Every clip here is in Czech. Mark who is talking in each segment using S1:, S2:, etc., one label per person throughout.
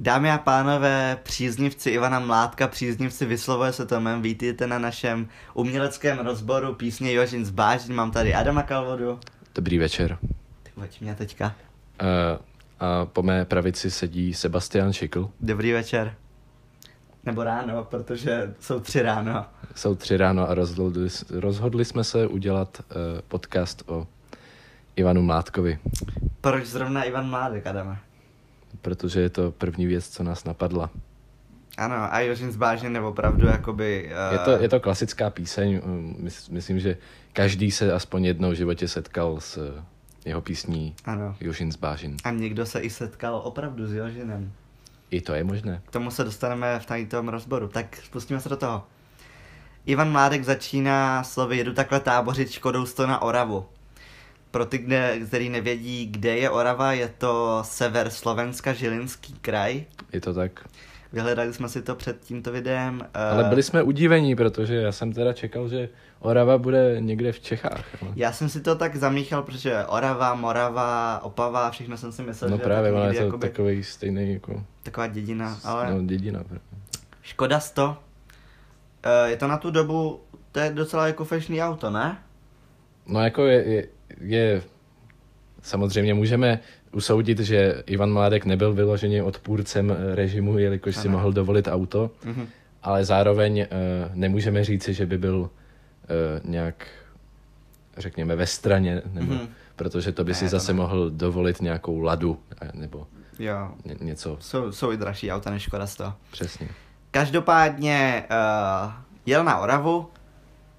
S1: Dámy a pánové, příznivci Ivana Mládka, příznivci vyslovuje se to jmén, vítejte na našem uměleckém rozboru písně Jožin z Bážin, mám tady Adama Kalvodu.
S2: Dobrý večer.
S1: Ty pojď mě teďka.
S2: Uh, a po mé pravici sedí Sebastian Šikl.
S1: Dobrý večer. Nebo ráno, protože jsou tři ráno.
S2: Jsou tři ráno a rozhodli, rozhodli jsme se udělat uh, podcast o Ivanu Mládkovi,
S1: Proč zrovna Ivan Mládek, Adame?
S2: protože je to první věc, co nás napadla.
S1: Ano, a Jožin z Bážin je opravdu jakoby... Uh,
S2: Je to, je to klasická píseň, um, mys- myslím, že každý se aspoň jednou v životě setkal s eh, jeho písní
S1: eh, Ano.
S2: Jošin z Bážin.
S1: A někdo se i setkal opravdu s Jožinem.
S2: I to je možné.
S1: K tomu se dostaneme v tady tom rozboru, tak spustíme se do toho. Ivan Mládek začíná slovy jedu takhle tábořit škodou sto na Oravu. Pro ty, kde, který nevědí, kde je Orava, je to sever Slovenska, Žilinský kraj.
S2: Je to tak.
S1: Vyhledali jsme si to před tímto videem. eh,
S2: Ale byli jsme udívení, protože já jsem teda čekal, že Orava bude někde v Čechách. Ale...
S1: Eh, Já jsem si to tak zamíchal, protože Orava, Morava, Opava, všechno jsem si myslel,
S2: No
S1: že
S2: právě,
S1: to
S2: ona
S1: je
S2: je
S1: to
S2: to
S1: jakoby,
S2: takový stejný jako
S1: taková dědina, ale
S2: Ale... no, dědina.
S1: Škoda 100. Eh, Je to na tu dobu, to je docela jako fešný auto, ne?
S2: No jako je, je, je, samozřejmě můžeme usoudit, že Ivan Mládek nebyl vyloženě odpůrcem eh, režimu, jelikož si mohl dovolit auto,
S1: Mhm.
S2: ale zároveň eh, nemůžeme říci, že by byl eh, nějak, řekněme, ve straně, nebo,
S1: Mhm.
S2: protože to by
S1: Ne,
S2: si
S1: to
S2: zase
S1: ne.
S2: mohl dovolit nějakou ladu eh, nebo
S1: Jo,
S2: ně, něco
S1: jsou, jsou i dražší auta než Škoda 100.
S2: přesně.
S1: Každopádně uh, jel na Oravu,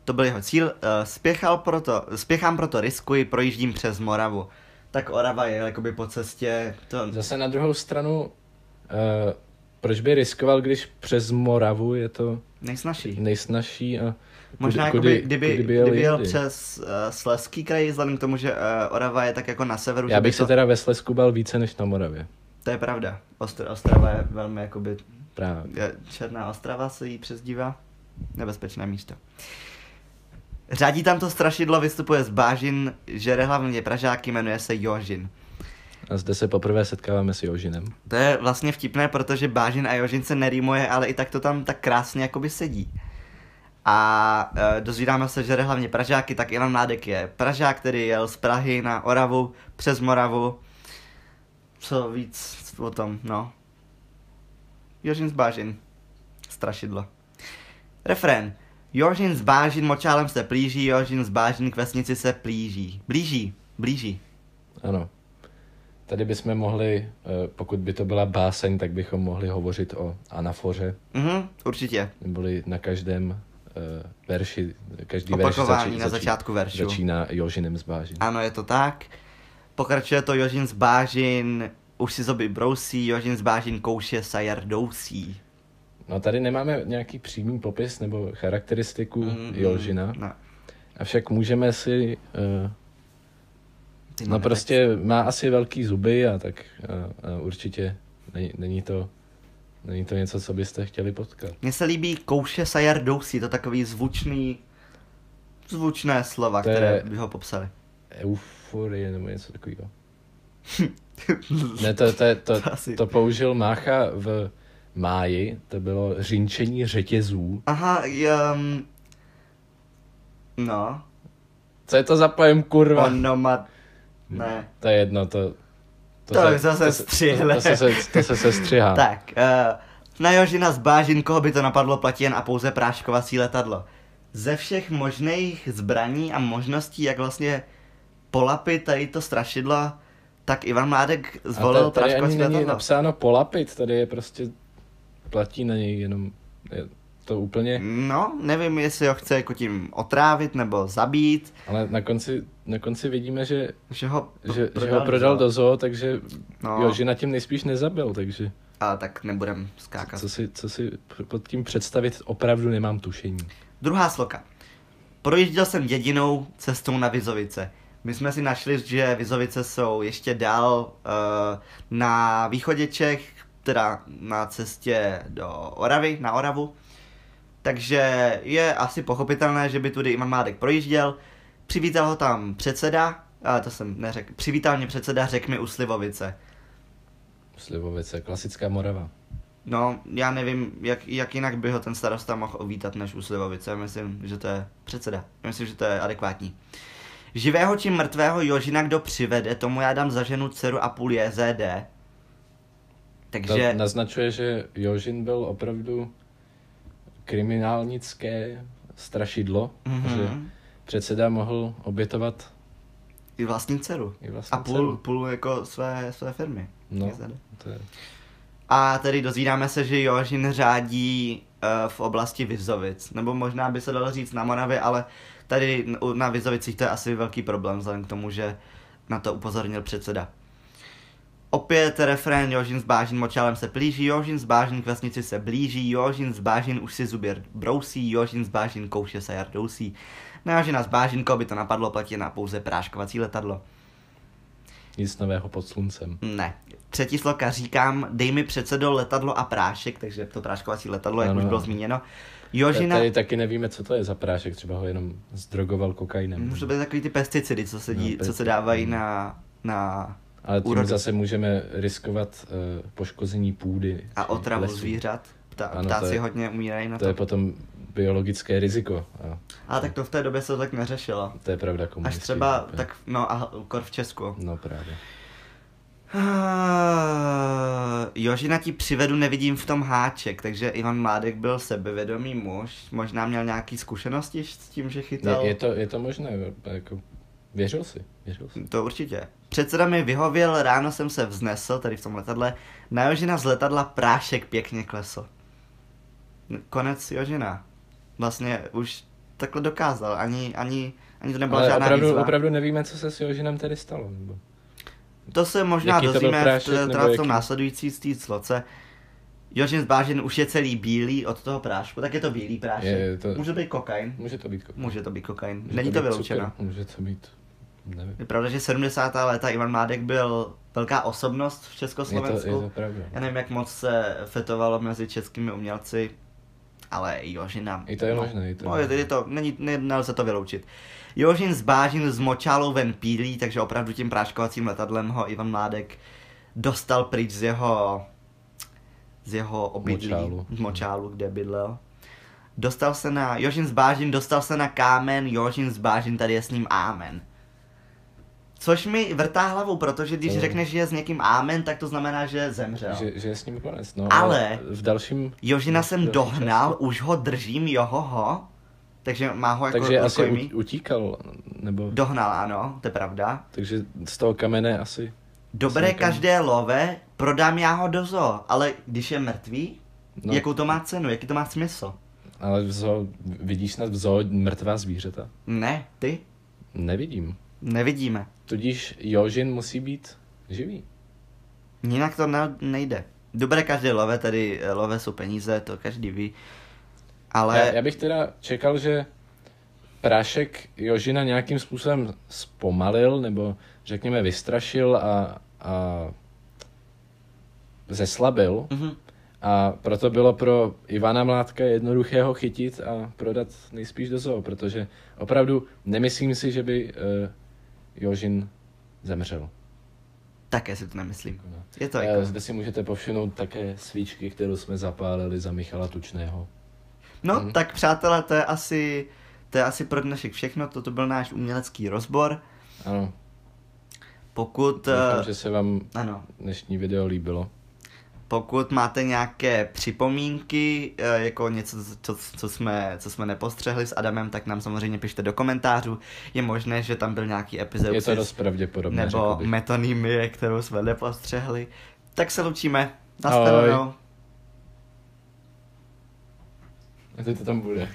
S1: to byl jeho cíl, uh, spěchal proto, spěchám proto riskuji, projíždím přes Moravu. Tak Orava je jakoby po cestě, to,
S2: Zase na druhou stranu, eh, proč by riskoval, když přes Moravu je to...
S1: nejsnažší.
S2: nejsnažší a
S1: Možná
S2: kudy,
S1: jakoby, kdyby,
S2: kudy
S1: kdyby,
S2: jel
S1: jel, kdyby jel
S2: jindy.
S1: přes uh, Slezský kraj, vzhledem k tomu, že uh, Orava je tak jako na severu,
S2: Já
S1: že by
S2: bych se
S1: to,
S2: teda ve Slezsku bal více než na Moravě.
S1: to je pravda. Ostr, Ostrava je velmi jakoby
S2: Právě.
S1: Je- Eh, Černá ostrava se jí přezdívá. Nebezpečné místo. Řádí tam to strašidlo, vystupuje z Bážin, žere hlavně Pražáky, jmenuje se Jožin.
S2: A zde se poprvé setkáváme s Jožinem.
S1: To je vlastně vtipné, protože Bážin a Jožin se nerýmuje, ale i tak to tam tak krásně jakoby sedí. A e, dozvídáme se, že jde hlavně Pražáky, tak Ilan Mládek je Pražák, který jel z Prahy na Oravu, přes Moravu. Co víc o tom, no. Jožin z Bážin. Strašidlo. Refrén. Jožin z Bážin močálem se plíží, Jožin z Bážin k vesnici se plíží. Blíží, blíží.
S2: Ano. Tady bychom mohli, eh, pokud by to byla báseň, tak bychom mohli hovořit o anafoře,
S1: Mhm, určitě.
S2: neboli na každém eh, verši, každý
S1: Opakování
S2: verš
S1: na začátku veršu.
S2: začíná Jožinem z Bážin.
S1: Ano, je to tak. Pokračuje to Jožin z Bážin, už si zoby brousí, Jožin z Bážin kouše sajar dousí.
S2: No tady nemáme nějaký přímý popis nebo charakteristiku
S1: Mhm,
S2: Mm-hmm. Jožina,
S1: No,
S2: avšak můžeme si eh,
S1: ty
S2: No
S1: máme
S2: prostě má asi velký zuby a tak a, a určitě není, není, to, není to něco, co byste chtěli potkat.
S1: tak. Mně se líbí kouše sajar dousí, to takový zvučný, zvučné slova,
S2: To je-
S1: které by ho popsali.
S2: Euforie nebo něco takového. Ne, to, to, to,
S1: To asi-
S2: to, to použil Mácha v máji, to bylo řinčení řetězů.
S1: Aha, um, no,
S2: Co je to za pojem kurva?
S1: onomat, ne.
S2: To je jedno, to...
S1: To bych zase střihl.
S2: to, to, se, to se sestřihá.
S1: Tak, uh, na Jožina z Bážin, koho by to napadlo, platí jen a pouze práškovací letadlo. Ze všech možných zbraní a možností, jak vlastně polapit tady to strašidlo, tak Ivan Mládek
S2: A
S1: zvolil
S2: ta- tady ani
S1: práškovací
S2: není
S1: letadlo.
S2: napsáno polapit, tady je prostě... Platí na něj jenom... Je to úplně...
S1: No, nevím, jestli ho chce jako tím otrávit nebo zabít,
S2: Ale na konci, na konci vidíme, že
S1: že ho, pr-
S2: že, že ho prodal do zoo, takže
S1: No.
S2: no. jo, že na tím nejspíš nezabil, takže
S1: Ale tak nebudem skákat.
S2: co si, co si p- pod tím představit, opravdu nemám tušení.
S1: Druhá sloka. Projížděl jsem dědinou cestou na Vizovice. My jsme si našli, že Vizovice jsou ještě dál uh, na východě Čech, teda na cestě do Oravy, na Oravu. Takže je asi pochopitelné, že by tudy Ivan Mládek projížděl. Přivítal ho tam předseda, ale to jsem neřekl. Přivítal mě předseda, řekl mi u Slivovice.
S2: Slivovice, klasická Morava.
S1: No, já nevím, jak, jak jinak by ho ten starosta mohl ovítat než u Slivovice. Já myslím, že to je předseda. Já myslím, že to je adekvátní. Živého či mrtvého Jožina, kdo přivede, tomu já dám za ženu dceru a půl JZD. Takže...
S2: To naznačuje, že Jožin byl opravdu kriminálnické strašidlo, mm-hmm. že
S1: mhm.
S2: předseda mohl obětovat
S1: I vlastní dceru.
S2: i vlastně
S1: A půl, půl jako své, své firmy.
S2: No,
S1: JZD.
S2: to je
S1: A tedy dozvídáme se, že Jožin řádí eh, v oblasti Vizovic, nebo možná by se dalo říct na Moravě, ale tady n- u- na Vizovicích to je asi velký problém, vzhledem k tomu, že na to upozornil předseda. Opět refrén Jožin z Bážin močálem se plíží, Jožin z Bážin k vesnici se blíží, Jožin z Bážin už si zuby brousí, Jožin z Bážin kouše se No jardousí. Na Jožina z Bážin, koho by to napadlo, platí na pouze práškovací letadlo.
S2: nic nového pod sluncem.
S1: Ne. Třetí sloka říkám, dej mi předsedo letadlo a prášek, takže to práškovací letadlo, jak
S2: Ano.
S1: už bylo zmíněno.
S2: Jožina...
S1: Jožina,
S2: Tady taky nevíme, co to je za prášek, třeba ho jenom zdrogoval kokainem.
S1: můžou být takový ty pesticidy, co se, dí, co
S2: No,
S1: se
S2: pesticidy.
S1: dávají na, na
S2: Ale tím
S1: úrodu.
S2: zase můžeme riskovat uh, poškození půdy.
S1: a
S2: či
S1: otravu
S2: lesů.
S1: zvířat. Pta,
S2: Ano, to
S1: ptáci
S2: je-
S1: hodně umírají na
S2: To
S1: to.
S2: je potom biologické riziko. A
S1: Ale tak to v té době se to tak neřešilo.
S2: to je pravda
S1: Až
S2: komunistické.
S1: třeba, tak, no a kor v Česku.
S2: No právě.
S1: Ah, Jožina ti přivedu, nevidím v tom háček, takže Ivan Mládek byl sebevědomý muž, možná měl nějaký zkušenosti s tím, že chytal.
S2: Je, je, to, je to možné, jako, věřil si, věřil si.
S1: To určitě. Předseda mi vyhověl, ráno jsem se vznesl, tady v tom letadle. Na Jožina z letadla prášek pěkně klesl. Konec Jožina. Vlastně už takhle dokázal, ani, ani, ani to nebyla
S2: Ale
S1: žádná
S2: opravdu,
S1: výzva.
S2: opravdu nevíme, co se s Jožinem tedy stalo. Nebo...
S1: To se možná
S2: Jaký to byl
S1: dozvíme
S2: prášek,
S1: v,
S2: nebo
S1: teda v tom
S2: jaký?
S1: následující z té sloce. Jožin z Bážin už je celý bílý od toho prášku, tak je to bílý prášek.
S2: Je, je to-
S1: Může být kokain.
S2: Může to být kokain.
S1: Může to být kokain.
S2: Může
S1: Není to
S2: být
S1: vyloučeno.
S2: cukr, Může to být, nevím.
S1: Je pravda, že 70. léta Ivan Mládek byl velká osobnost v
S2: Je
S1: Československu.
S2: to, je to pravda. no.
S1: Já nevím, jak moc se fetovalo mezi českými umělci, ale Jožina.
S2: I to je
S1: no,
S2: možné, i to je
S1: no, je, to- je to, není, ne, nelze to vyloučit. Jožin z Bážin z Močálou ven pílí, takže opravdu tím práškovacím letadlem ho Ivan Mládek dostal pryč z jeho, z jeho obydlí,
S2: Močálu.
S1: z Močálu, kde bydlel. Dostal se na, Jožin z Bážin dostal se na kámen, Jožin z Bážin, tady je s ním Amen. Což mi vrtá hlavou, protože když
S2: To-
S1: řekneš, že je s někým Amen, tak to znamená, že zemřel.
S2: Že, že je s ním konec, no.
S1: Ale-
S2: v dalším...
S1: Jožina
S2: v
S1: jsem
S2: dalším
S1: dohnal, už ho držím, johoho. Takže má ho jako
S2: Takže asi
S1: rukojmí.
S2: u, utíkal, nebo... Do...
S1: Dohnal, ano, to je pravda.
S2: Takže z toho kamene asi...
S1: Dobré
S2: Jsem kam-
S1: každé love, prodám já ho do zoo, ale když je mrtvý, no.
S2: No.
S1: jakou to má cenu, jaký to má smysl?
S2: Ale v zoo, vidíš snad v zoo mrtvá zvířata?
S1: Ne, ty,
S2: Nevidím.
S1: nevidíme.
S2: Tudíž Jožin musí být živý.
S1: Jinak to ne- nejde. Dobré každé love, tedy eh, love jsou peníze, to každý ví. Ale
S2: Ale... Já, já bych teda čekal, že prášek Jožina nějakým způsobem zpomalil, nebo řekněme vystrašil a, a zeslabil.
S1: Mhm.
S2: A proto bylo pro Ivana Mládka jednoduché ho chytit a prodat nejspíš do zoo, protože opravdu nemyslím si, že by uh, Jožin zemřel.
S1: také si to nemyslím.
S2: No.
S1: Je to
S2: Eh,
S1: jako...
S2: Zde si můžete povšimnout také svíčky, kterou jsme zapálili za Michala Tučného.
S1: No,
S2: Mhm.
S1: mm. tak přátelé, to je asi... To je asi pro dnešek všechno, toto byl náš umělecký rozbor.
S2: Ano,
S1: Pokud,
S2: doufám,
S1: eh,
S2: že se vám
S1: ano,
S2: dnešní video líbilo.
S1: pokud máte nějaké připomínky, eh, jako něco, co, co, jsme, co jsme nepostřehli s Adamem, tak nám samozřejmě pište do komentářů. Je možné, že tam byl nějaký epizod
S2: Je to dost pravděpodobné, řekl
S1: nebo
S2: bych.
S1: metonymie, kterou jsme nepostřehli. Tak se loučíme.
S2: Ahoj.
S1: Naschledanou.
S2: A to, to tam bude.